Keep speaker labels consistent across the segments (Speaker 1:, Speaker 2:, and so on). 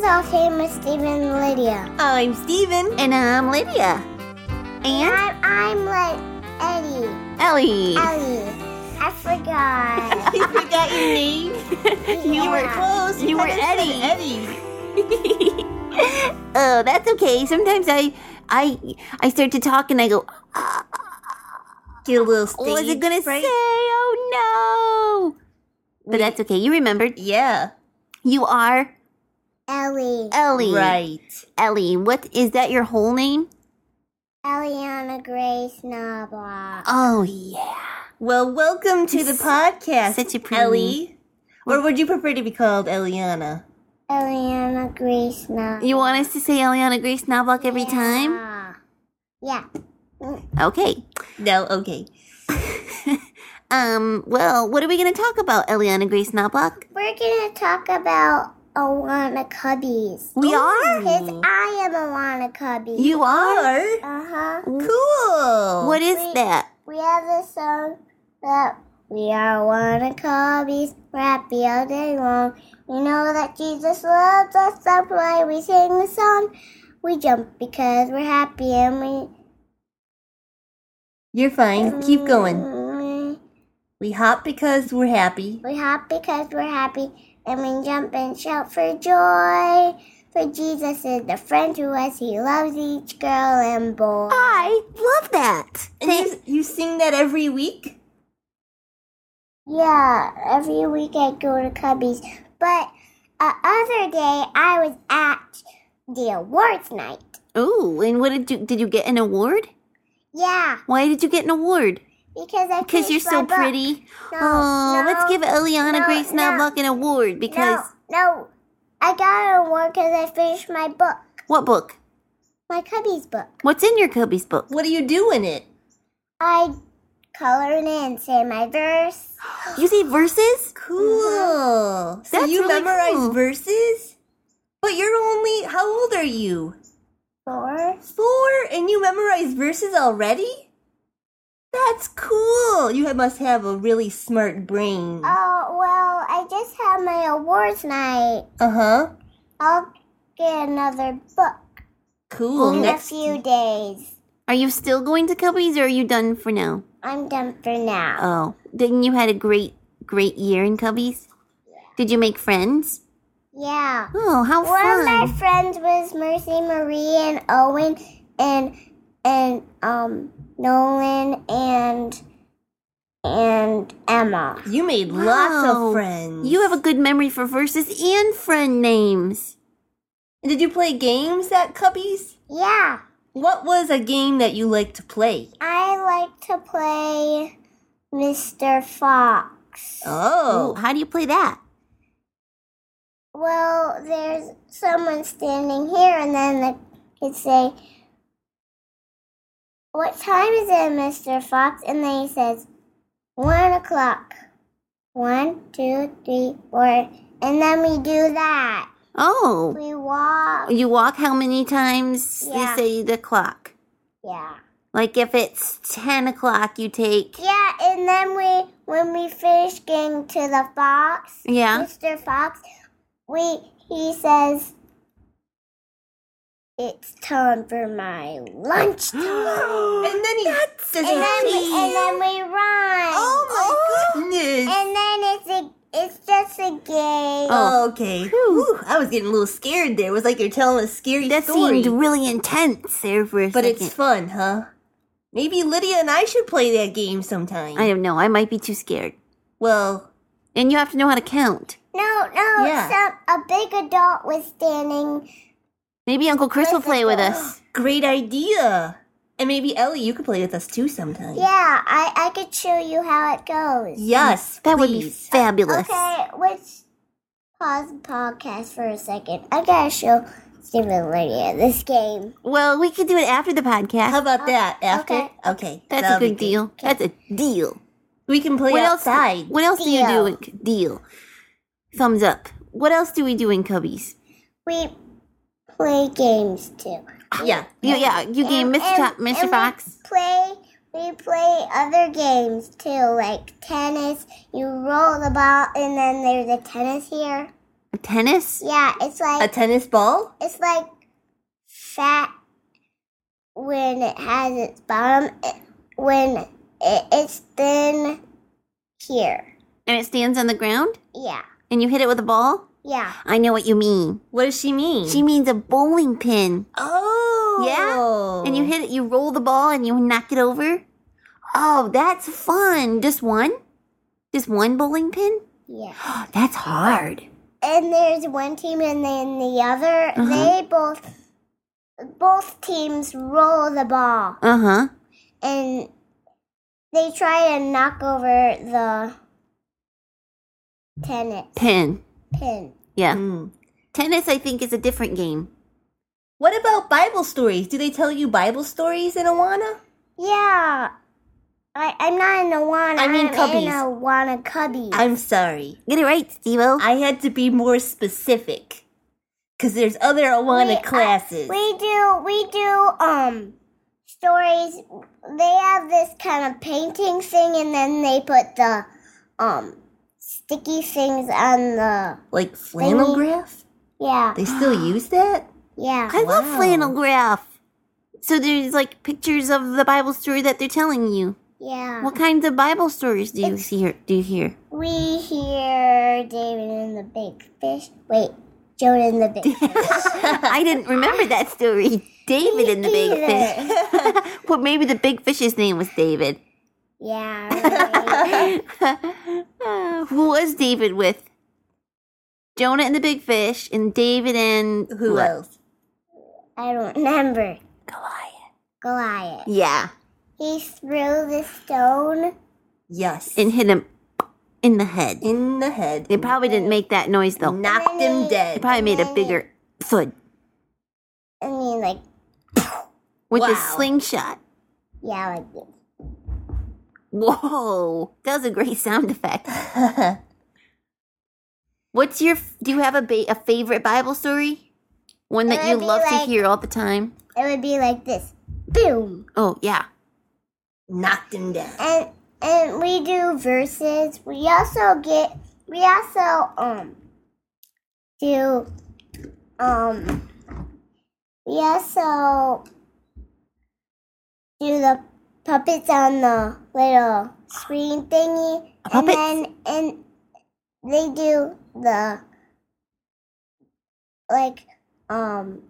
Speaker 1: so famous, Stephen and Lydia.
Speaker 2: I'm Steven.
Speaker 3: And I'm Lydia.
Speaker 1: And
Speaker 3: And
Speaker 1: I'm, I'm like Eddie.
Speaker 3: Ellie.
Speaker 1: Ellie. I forgot.
Speaker 2: You forgot your name. You were
Speaker 1: Yeah.
Speaker 2: close.
Speaker 3: You were
Speaker 2: could've said
Speaker 3: Eddie.
Speaker 2: Eddie.
Speaker 3: Oh, that's okay. Sometimes I, I, I start to talk and I go,
Speaker 2: Get a little stage.
Speaker 3: what was it gonna
Speaker 2: fright.
Speaker 3: say? Oh no! But that's okay. You remembered.
Speaker 2: Yeah.
Speaker 3: You are
Speaker 1: Ellie.
Speaker 3: Ellie.
Speaker 2: Right.
Speaker 3: Ellie. What is that? Your whole name?
Speaker 1: Eliana Grace Knobloch.
Speaker 3: Oh yeah.
Speaker 2: Well, welcome to the podcast,
Speaker 3: such a pretty
Speaker 2: Ellie. Or would you prefer to be called Eliana?
Speaker 1: Eliana Grace Knobloch.
Speaker 3: You want us to say Eliana Grace Knobloch every time?
Speaker 1: Yeah.
Speaker 3: Okay.
Speaker 2: No. Okay.
Speaker 3: Um. Well, what are we gonna talk about, Eliana Grace Knobloch?
Speaker 1: We're going to talk about Alana Cubbies.
Speaker 3: We are.
Speaker 1: Because I am Alana Cubby.
Speaker 3: You are.
Speaker 1: Uh huh.
Speaker 2: Cool.
Speaker 3: What is that?
Speaker 1: We have a song that we are one of Kobe's happy all day long. We know that Jesus loves us. That's why we sing the song. We jump because we're happy and we.
Speaker 2: You're fine. Keep going.
Speaker 1: Mm,
Speaker 2: We hop because we're happy.
Speaker 1: We hop because we're happy and we jump and shout for joy. For Jesus is the friend to us. He loves each girl and boy.
Speaker 3: I love that.
Speaker 2: And you, you sing that every week?
Speaker 1: Yeah, every week I go to Cubby's. But uh, other day I was at the awards night.
Speaker 3: Oh, and what did you did you get an award?
Speaker 1: Yeah,
Speaker 3: Why did you get an award?
Speaker 1: because I
Speaker 3: Because
Speaker 1: finished
Speaker 3: you're so
Speaker 1: my book.
Speaker 3: pretty.
Speaker 1: No,
Speaker 3: oh,
Speaker 1: no,
Speaker 3: let's give Eliana
Speaker 1: no,
Speaker 3: Grace
Speaker 1: no.
Speaker 3: Knobloch an award because
Speaker 1: no, no. I got an award because I finished my book,
Speaker 3: what book?
Speaker 1: my Cubby's book.
Speaker 3: What's in your Cubby's book?
Speaker 2: What do you do in it?
Speaker 1: I color it in, say my verse.
Speaker 3: You say verses?
Speaker 2: Cool. So
Speaker 3: Uh-huh. That's
Speaker 2: you
Speaker 3: really
Speaker 2: memorize
Speaker 3: cool.
Speaker 2: verses? But you're only how old are you?
Speaker 1: Or
Speaker 2: Four and you memorize verses already? That's cool. You ha- must have a really smart brain.
Speaker 3: Uh,
Speaker 1: oh well, I just had my awards night.
Speaker 2: Uh-huh.
Speaker 1: I'll get another book
Speaker 2: Cool.
Speaker 3: Oh,
Speaker 1: in
Speaker 2: Next
Speaker 1: a few days.
Speaker 3: Are you still going to Cubby's or are you done for now?
Speaker 1: I'm done for now.
Speaker 3: Oh, then you had a great, great year in Cubby's. Did you make friends?
Speaker 1: Yeah.
Speaker 3: Oh, how
Speaker 1: One of my
Speaker 3: fun!
Speaker 1: friends was Mercy Marie and Owen and and um Nolan and and Emma.
Speaker 2: you made lots
Speaker 3: Wow.
Speaker 2: of friends.
Speaker 3: You have a good memory for verses and friend names.
Speaker 2: And Did you play games at Cubby's?
Speaker 1: Yeah,
Speaker 2: What was a game that you liked to play?
Speaker 1: I like to play Mr. Fox.
Speaker 2: Oh.
Speaker 3: Ooh, how do you play that?
Speaker 1: Well, there's someone standing here, and then the kids say, "What time is it, Mr. Fox?" And then he says, "One o'clock." One, two, three, four, and then we do that.
Speaker 3: Oh,
Speaker 1: We walk.
Speaker 3: You walk how many times
Speaker 1: Yeah.
Speaker 3: they say the clock?
Speaker 1: Yeah.
Speaker 3: Like if it's 10 o'clock, you take.
Speaker 1: Yeah, and then we, when we finish getting to the fox,
Speaker 3: Yeah.
Speaker 1: Mr. Fox, we he says, "It's time for my lunch time."
Speaker 2: And then he does
Speaker 1: and then we,
Speaker 2: he
Speaker 1: and then we run.
Speaker 2: Oh my goodness.
Speaker 1: And then it's a, it's just a game.
Speaker 2: Oh, okay. Whew, I was getting a little scared there. It was like you're telling a scary
Speaker 3: That
Speaker 2: story.
Speaker 3: seemed really intense there for a
Speaker 2: but
Speaker 3: second.
Speaker 2: it's fun, huh? Maybe Lydia and I should play that game sometime.
Speaker 3: I don't know. I might be too scared.
Speaker 2: well,
Speaker 3: And you have to know how to count.
Speaker 1: No, no,
Speaker 2: Yeah.
Speaker 1: some, a big adult was standing.
Speaker 3: Maybe Uncle Chris will
Speaker 1: Perfect.
Speaker 3: play with us.
Speaker 2: great idea. And maybe Ellie, you could play with us too sometime.
Speaker 1: Yeah, I, I could show you how it goes.
Speaker 2: Yes,
Speaker 3: That would be
Speaker 2: please.
Speaker 3: fabulous.
Speaker 1: Okay, let's pause the podcast for a second. I gotta show Stephen and Lydia this game.
Speaker 3: Well, we could do it after the podcast.
Speaker 2: How about that? After?
Speaker 1: okay.
Speaker 2: Okay.
Speaker 3: Oh, That's
Speaker 2: that'll
Speaker 3: a
Speaker 2: be
Speaker 3: good deal. That's a deal.
Speaker 2: We can play
Speaker 3: What else?
Speaker 2: outside.
Speaker 3: What else do
Speaker 1: Deal.
Speaker 3: you do? In, deal. Thumbs up. What else do we do in Cubbies?
Speaker 1: We play games too.
Speaker 2: Yeah.
Speaker 3: You, yeah, you game Mr. Top,
Speaker 1: and
Speaker 3: Mr.
Speaker 1: we
Speaker 3: Fox.
Speaker 1: Play. We play other games too, like tennis. You roll the ball, and then there's a tennis here.
Speaker 3: A tennis?
Speaker 1: Yeah, it's
Speaker 2: A
Speaker 1: like
Speaker 2: tennis ball?
Speaker 1: it's like fat when it has its bottom. It, when it, it's thin here.
Speaker 3: And it stands on the ground?
Speaker 1: Yeah,
Speaker 3: And you hit it with a ball?
Speaker 1: yeah.
Speaker 3: I know what you mean.
Speaker 2: What does she mean?
Speaker 3: She means a bowling pin.
Speaker 2: oh.
Speaker 3: Yeah? And you hit it, you roll the ball and you knock it over? Oh, that's fun. Just one? Just one bowling pin?
Speaker 1: Yeah.
Speaker 3: That's hard.
Speaker 1: And there's one team and then the other. They both both teams roll the ball
Speaker 3: Uh huh.
Speaker 1: and they try to knock over the tennis
Speaker 3: Pin.
Speaker 1: pin.
Speaker 3: Yeah.
Speaker 2: Hmm.
Speaker 3: Tennis, I think, is a different game.
Speaker 2: What about Bible stories? Do they tell you Bible stories in Awana?
Speaker 1: Yeah. I, I'm not in a wanna.
Speaker 2: I mean
Speaker 1: am in
Speaker 2: cubbies.
Speaker 1: a wanna cubby.
Speaker 2: I'm sorry.
Speaker 3: Get it right, Steve O.
Speaker 2: I had to be more specific. Because there's other Awana
Speaker 1: We- I-
Speaker 2: classes.
Speaker 1: we do we do um stories. They have this kind of painting thing, and then they put the um sticky things on the
Speaker 2: like flannelgraph?
Speaker 1: yeah
Speaker 2: They still use that?
Speaker 1: yeah
Speaker 3: I love
Speaker 2: Wow.
Speaker 3: flannel graph. So there's like pictures of the Bible story that they're telling you.
Speaker 1: yeah.
Speaker 3: What kinds of Bible stories do you hear? Do you hear?
Speaker 1: We hear David and the big fish. Wait, Jonah and the big fish.
Speaker 3: I didn't remember that story. David and the big fish.
Speaker 1: Either.
Speaker 3: well, maybe the big fish's name was David.
Speaker 1: Yeah. Right.
Speaker 3: Uh, who was David with? Jonah and the big fish, and David and
Speaker 2: Who
Speaker 3: what?
Speaker 2: else?
Speaker 1: I don't remember.
Speaker 3: Goliath.
Speaker 1: Goliath.
Speaker 3: Yeah,
Speaker 1: He threw the stone.
Speaker 2: Yes.
Speaker 3: and hit him in the head.
Speaker 2: in the head.
Speaker 3: They probably didn't make that noise though.
Speaker 2: knocked him
Speaker 3: They
Speaker 2: dead.
Speaker 3: probably made a bigger thud
Speaker 1: I mean, like
Speaker 3: with a
Speaker 2: Wow.
Speaker 3: slingshot.
Speaker 1: yeah, like this.
Speaker 3: Whoa, that was a great sound effect. What's your? Do you have a ba- a favorite Bible story? One that you
Speaker 1: Maybe
Speaker 3: love to
Speaker 1: like-
Speaker 3: hear all the time.
Speaker 1: It would be like this. Boom.
Speaker 3: Oh yeah,
Speaker 2: knocked him down.
Speaker 1: And and we do verses. We also get we also um do um we also do the puppets on the little screen thingy. And
Speaker 3: Puppets?
Speaker 1: then and they do the like um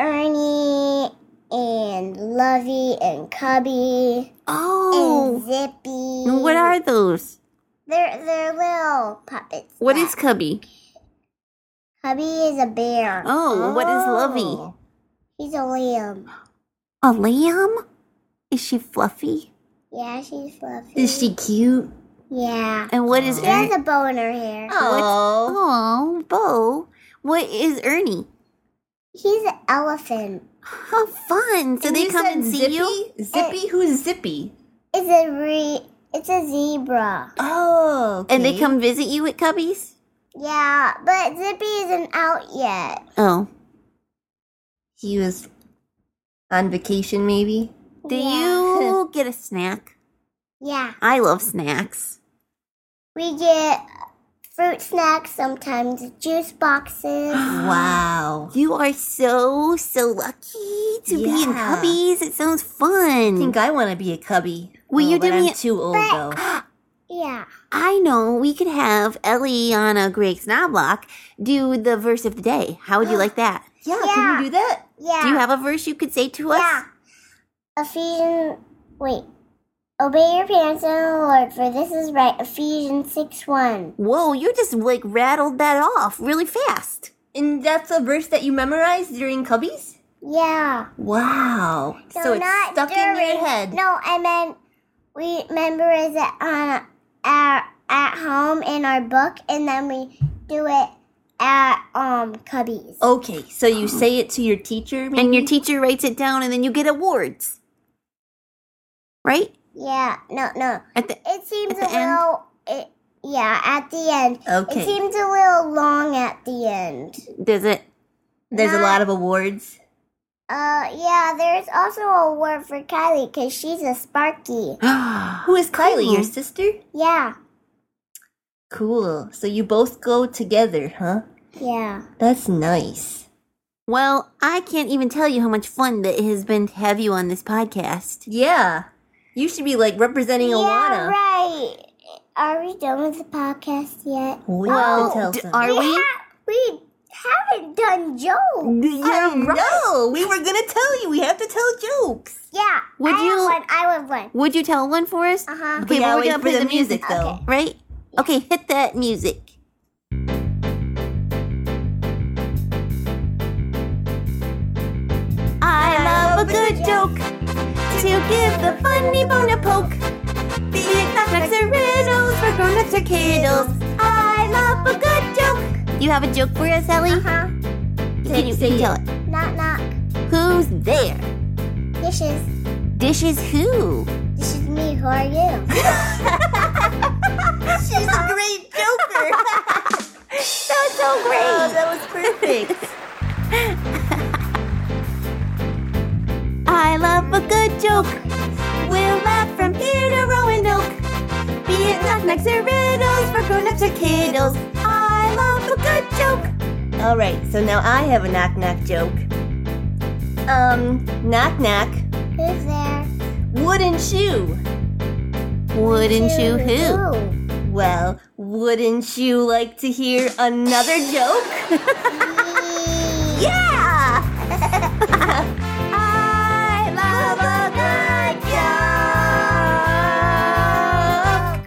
Speaker 1: Ernie and Lovey and Cubby and
Speaker 3: Oh,
Speaker 1: Zippy.
Speaker 3: what are those?
Speaker 1: they're they're little puppets?
Speaker 3: What is Cubby?
Speaker 1: Cubby is a bear.
Speaker 3: Oh, what is Lovey?
Speaker 2: Oh.
Speaker 1: He's a lamb.
Speaker 3: A lamb? Is she fluffy?
Speaker 1: Yeah, she's fluffy.
Speaker 2: Is she cute?
Speaker 1: Yeah.
Speaker 3: And what is
Speaker 1: She has
Speaker 3: Ernie?
Speaker 1: a bow in her hair.
Speaker 3: Oh,
Speaker 2: Oh.
Speaker 3: Bo. What is Ernie?
Speaker 1: He's an elephant.
Speaker 3: How fun! So
Speaker 2: And
Speaker 3: they
Speaker 2: you
Speaker 3: come Eh.
Speaker 2: said
Speaker 3: and see
Speaker 2: Zippy?
Speaker 3: you.
Speaker 2: Zippy? Who's Zippy?
Speaker 1: It's a re. It's a zebra.
Speaker 2: Oh.
Speaker 3: And they
Speaker 2: okay.
Speaker 3: come visit you at Cubby's?
Speaker 1: Yeah, but Zippy isn't out yet.
Speaker 3: Oh.
Speaker 2: He was on vacation, maybe?
Speaker 3: Do
Speaker 1: Yeah.
Speaker 3: you get a snack?
Speaker 1: Yeah,
Speaker 3: I love snacks.
Speaker 1: we get fruit snacks sometimes, juice boxes.
Speaker 2: Wow.
Speaker 3: You are so, so lucky to be in
Speaker 2: Yeah.
Speaker 3: Cubby's. It sounds fun.
Speaker 2: I think I want to be a cubby.
Speaker 3: Will
Speaker 2: Oh,
Speaker 3: you
Speaker 2: but
Speaker 3: do me
Speaker 2: I'm
Speaker 3: a-
Speaker 2: too old, though.
Speaker 1: Yeah,
Speaker 3: I know we could have Eliana Greg Snoblock do the verse of the day. How would you like that?
Speaker 2: Yeah, can
Speaker 1: Yeah.
Speaker 2: you do that?
Speaker 1: yeah.
Speaker 3: Do you have a verse you could say to us?
Speaker 1: Yeah. Ephesians. Wait. Obey your parents and the Lord, for this is right. Ephesians 6 1.
Speaker 3: Whoa, you just like rattled that off really fast.
Speaker 2: And that's a verse that you memorized during cubbies?
Speaker 1: Yeah.
Speaker 2: Wow. So, it's stuck in
Speaker 1: during-
Speaker 2: your head.
Speaker 1: No, I meant we memorize it on our, at home in our book, and then we do it at um cubbies.
Speaker 2: Okay, so you say it to your teacher, maybe?
Speaker 3: And your teacher writes it down and then you get awards. Right?
Speaker 1: Yeah. No, no.
Speaker 3: At the
Speaker 1: It seems
Speaker 3: At the
Speaker 1: a little. It, yeah, at the end.
Speaker 2: Okay.
Speaker 1: It seems a little long at the end.
Speaker 3: does it
Speaker 2: There's a lot of awards.
Speaker 1: Uh, yeah, there's also a word for Kylie because she's a Sparky.
Speaker 2: Who is Kylie? Your sister?
Speaker 1: Yeah,
Speaker 2: Cool. So you both go together, huh?
Speaker 1: Yeah.
Speaker 2: That's nice.
Speaker 3: Well, I can't even tell you how much fun that it has been to have you on this podcast.
Speaker 2: Yeah. You should be like representing
Speaker 1: Yeah,
Speaker 2: Alana.
Speaker 1: right. Are we done with the podcast yet?
Speaker 2: We have to tell
Speaker 3: d-
Speaker 2: some.
Speaker 3: are we?
Speaker 1: ha- we haven't done jokes.
Speaker 2: Yeah, no, we were gonna tell you. We have to tell jokes.
Speaker 1: Yeah.
Speaker 3: Would
Speaker 1: I
Speaker 3: you-
Speaker 1: Have one. I would one.
Speaker 3: Would you tell one for us?
Speaker 1: Uh-huh.
Speaker 3: Okay,
Speaker 2: We
Speaker 3: but
Speaker 2: gotta
Speaker 3: we're
Speaker 2: wait
Speaker 3: gonna
Speaker 2: for
Speaker 3: play
Speaker 2: the
Speaker 3: the music,
Speaker 2: music,
Speaker 3: though,
Speaker 1: okay.
Speaker 3: right? Okay, hit that music. I love a good joke to give the funny bone a poke. Be it knockbacks or riddles for grown-ups or kiddles. I love a good joke. You have a joke for us, Ellie?
Speaker 1: Uh-huh.
Speaker 3: Can you
Speaker 2: Say
Speaker 3: can
Speaker 2: it.
Speaker 3: tell it?
Speaker 1: Knock knock.
Speaker 3: Who's there?
Speaker 1: Dishes.
Speaker 3: Dishes who?
Speaker 1: This is me. Who are you?
Speaker 2: She's a great joker.
Speaker 3: That's so
Speaker 2: oh, that was perfect.
Speaker 3: I love a good joke. We'll laugh from here to Roanoke. Be it knock-knocks or riddles for grown-ups or kiddles. I love a good joke.
Speaker 2: All right, so now I have a knock knock joke. Um, knock knock,
Speaker 1: Who's there?
Speaker 2: wooden shoe.
Speaker 3: Wouldn't you who?
Speaker 1: who?
Speaker 2: Well, wouldn't you like to hear another joke?
Speaker 3: Yeah! I love a good joke.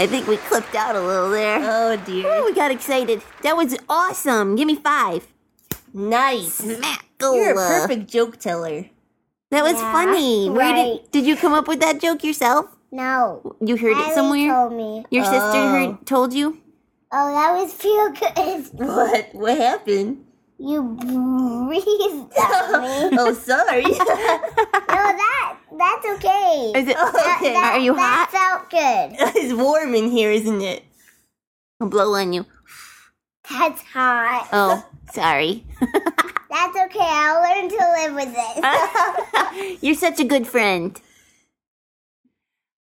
Speaker 3: I think we clipped out a little there.
Speaker 2: oh
Speaker 3: Ooh,
Speaker 2: dear.
Speaker 3: we got excited. That was awesome. Give me five.
Speaker 2: Nice.
Speaker 3: Smack.
Speaker 2: You're a perfect joke teller.
Speaker 3: That was
Speaker 1: Yeah,
Speaker 3: funny. Where did
Speaker 1: right.
Speaker 3: did you come up with that joke yourself?
Speaker 1: No.
Speaker 3: You heard
Speaker 1: Ellie
Speaker 3: it somewhere.
Speaker 1: told me.
Speaker 3: Your sister
Speaker 2: Oh.
Speaker 3: heard told you.
Speaker 1: Oh, that was feel good.
Speaker 2: What? What happened?
Speaker 1: You breathed at me.
Speaker 2: oh, sorry.
Speaker 1: No, that that's okay.
Speaker 3: Is it
Speaker 1: That-
Speaker 2: okay.
Speaker 1: that-
Speaker 3: Are you
Speaker 1: that
Speaker 3: hot?
Speaker 1: felt good.
Speaker 2: it's warm in here, isn't it?
Speaker 3: I'll blow on you.
Speaker 1: That's hot.
Speaker 3: Oh, sorry.
Speaker 1: That's okay. I'll learn to live with
Speaker 3: Uh.
Speaker 1: it.
Speaker 3: You're such a good friend.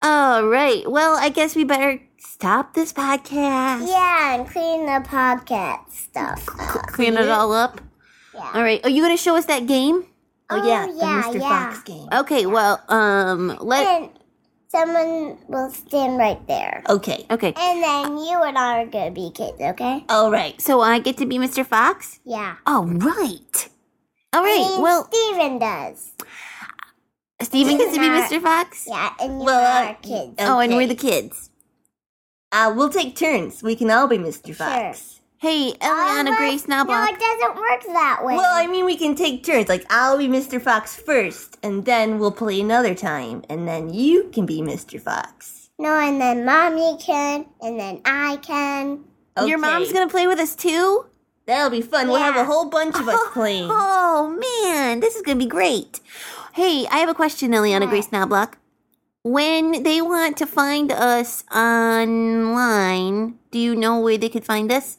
Speaker 3: All right. Well, I guess we better stop this podcast.
Speaker 1: yeah, and clean the podcast stuff. up.
Speaker 3: Clean it all up.
Speaker 1: Yeah.
Speaker 3: All right. Are you gonna show us that game?
Speaker 2: Oh,
Speaker 1: Oh,
Speaker 2: yeah,
Speaker 1: yeah,
Speaker 2: the Mr.
Speaker 1: yeah.
Speaker 2: Fox game.
Speaker 3: Okay. Well, um, let.
Speaker 1: And someone will stand right there.
Speaker 2: Okay.
Speaker 3: Okay.
Speaker 1: And then you and I are gonna be kids, okay?
Speaker 2: All right.
Speaker 3: So I get to be Mr. Fox.
Speaker 1: Yeah.
Speaker 3: All right. All
Speaker 1: I
Speaker 3: right.
Speaker 1: mean,
Speaker 3: well,
Speaker 1: Steven does.
Speaker 3: Steven gets to be
Speaker 1: not-
Speaker 3: Mr. Fox.
Speaker 1: Yeah, and you
Speaker 2: Well,
Speaker 1: and I
Speaker 2: I-
Speaker 1: are kids.
Speaker 2: uh,
Speaker 3: Oh, and we're
Speaker 2: Okay.
Speaker 3: the kids.
Speaker 2: Uh, we'll take turns. We can all be Mr. Fox.
Speaker 3: Hey, Eliana
Speaker 1: Oliver-
Speaker 3: Grace
Speaker 1: Oh, No,
Speaker 3: Knobloch. uh,
Speaker 1: it doesn't work that way.
Speaker 2: Well, I mean, we can take turns. Like, I'll be Mr. Fox first, and then we'll play another time, and then you can be Mr. Fox.
Speaker 1: no, and then mommy can, and then I can.
Speaker 3: Your mom's
Speaker 2: Okay.
Speaker 3: gonna play with us too?
Speaker 2: That'll be fun. We'll have
Speaker 1: Yeah.
Speaker 2: a whole bunch of us playing.
Speaker 3: Oh, man. This is gonna be great. Hey, I have a question, Eliana
Speaker 1: What?
Speaker 3: Grace Knobloch. When they want to find us online, do you know where they could find us?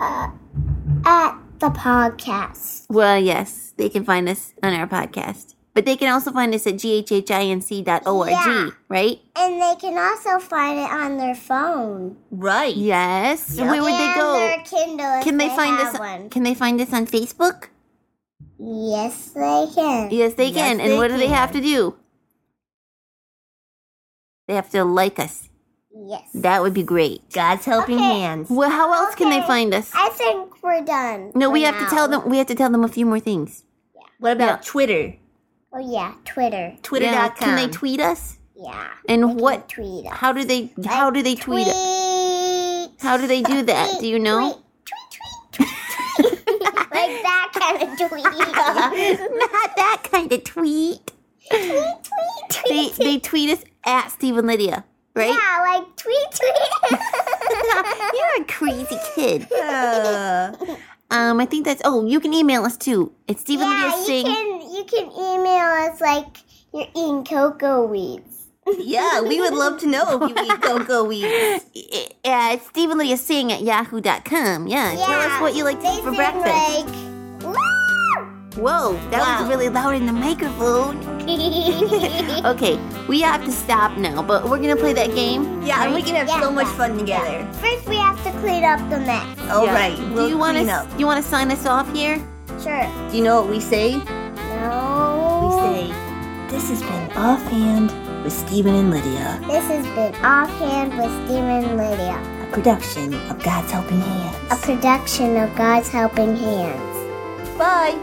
Speaker 1: At the podcast.
Speaker 3: Well, yes, they can find us on our podcast. But they can also find us at ghhinc.org,
Speaker 1: Yeah.
Speaker 3: right?
Speaker 1: And they can also find it on their phone.
Speaker 2: Right.
Speaker 3: Yes.
Speaker 2: Yep.
Speaker 3: Where would
Speaker 1: and
Speaker 3: they go?
Speaker 1: their Kindle. if
Speaker 3: Can they, find
Speaker 1: have
Speaker 3: us?
Speaker 1: One.
Speaker 3: Can they find us on Facebook?
Speaker 1: Yes, they can.
Speaker 3: Yes, they
Speaker 2: Yes,
Speaker 3: can. and
Speaker 2: they
Speaker 3: what do they have to
Speaker 2: can.
Speaker 3: do? They have to like us.
Speaker 1: Yes.
Speaker 3: That would be great.
Speaker 2: God's helping
Speaker 1: Okay.
Speaker 2: hands.
Speaker 3: Well, how else can they
Speaker 1: Okay.
Speaker 3: find us?
Speaker 1: I think we're done.
Speaker 3: No,
Speaker 1: for
Speaker 3: we have to
Speaker 1: now.
Speaker 3: tell them. We have to tell them a few more things.
Speaker 2: What about Twitter?
Speaker 1: Oh yeah, Twitter.
Speaker 2: Twitter.com.
Speaker 3: Yeah, Can they tweet us?
Speaker 1: Yeah.
Speaker 3: And
Speaker 1: they can
Speaker 3: what-
Speaker 1: tweet? us.
Speaker 3: How do they? How do they tweet us?
Speaker 1: Tweet.
Speaker 3: How do they do that? Do you know?
Speaker 1: Tweet, tweet, tweet, tweet. like that kind of tweet.
Speaker 3: Not that kind of tweet.
Speaker 1: tweet, tweet, tweet.
Speaker 3: They they tweet us at Stephen Lydia, right?
Speaker 1: Yeah, like tweet, tweet.
Speaker 3: You're a crazy kid.
Speaker 2: Uh,
Speaker 3: Um, I think that's. Oh, you can email us too. It's Stephen
Speaker 1: yeah,
Speaker 3: Lydia
Speaker 1: you
Speaker 3: Sing.
Speaker 1: can you can email us like you're eating cocoa weeds.
Speaker 2: yeah, we would love to know if you eat cocoa weeds.
Speaker 3: uh, Stephen Lydia Sing at yahoo.com. Yeah, tell us what you like to
Speaker 1: they
Speaker 3: eat for
Speaker 1: seem
Speaker 3: breakfast.
Speaker 1: Like, Woo!
Speaker 3: Whoa, that was
Speaker 2: Wow.
Speaker 3: really loud in the microphone. Okay, we have to stop now, but we're gonna play that game.
Speaker 2: Yeah, and we can have
Speaker 1: Yeah,
Speaker 2: so much
Speaker 1: yeah,
Speaker 2: fun together.
Speaker 1: First, we have to clean up the mess.
Speaker 2: All
Speaker 3: Yeah.
Speaker 2: right.
Speaker 3: Do
Speaker 2: we'll
Speaker 3: you want
Speaker 2: clean
Speaker 3: to?
Speaker 2: up.
Speaker 3: You want to sign us off here?
Speaker 1: Sure.
Speaker 2: Do you know what we say? We
Speaker 1: No.
Speaker 2: say, This has been Offhand with Stephen and Lydia,
Speaker 1: This has been Offhand with Stephen Lydia,
Speaker 2: a production of God's Helping
Speaker 1: a
Speaker 2: Hands.
Speaker 1: production of God's Helping Hands.
Speaker 2: Bye.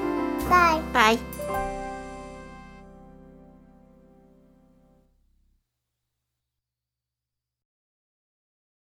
Speaker 1: Bye.
Speaker 3: Bye.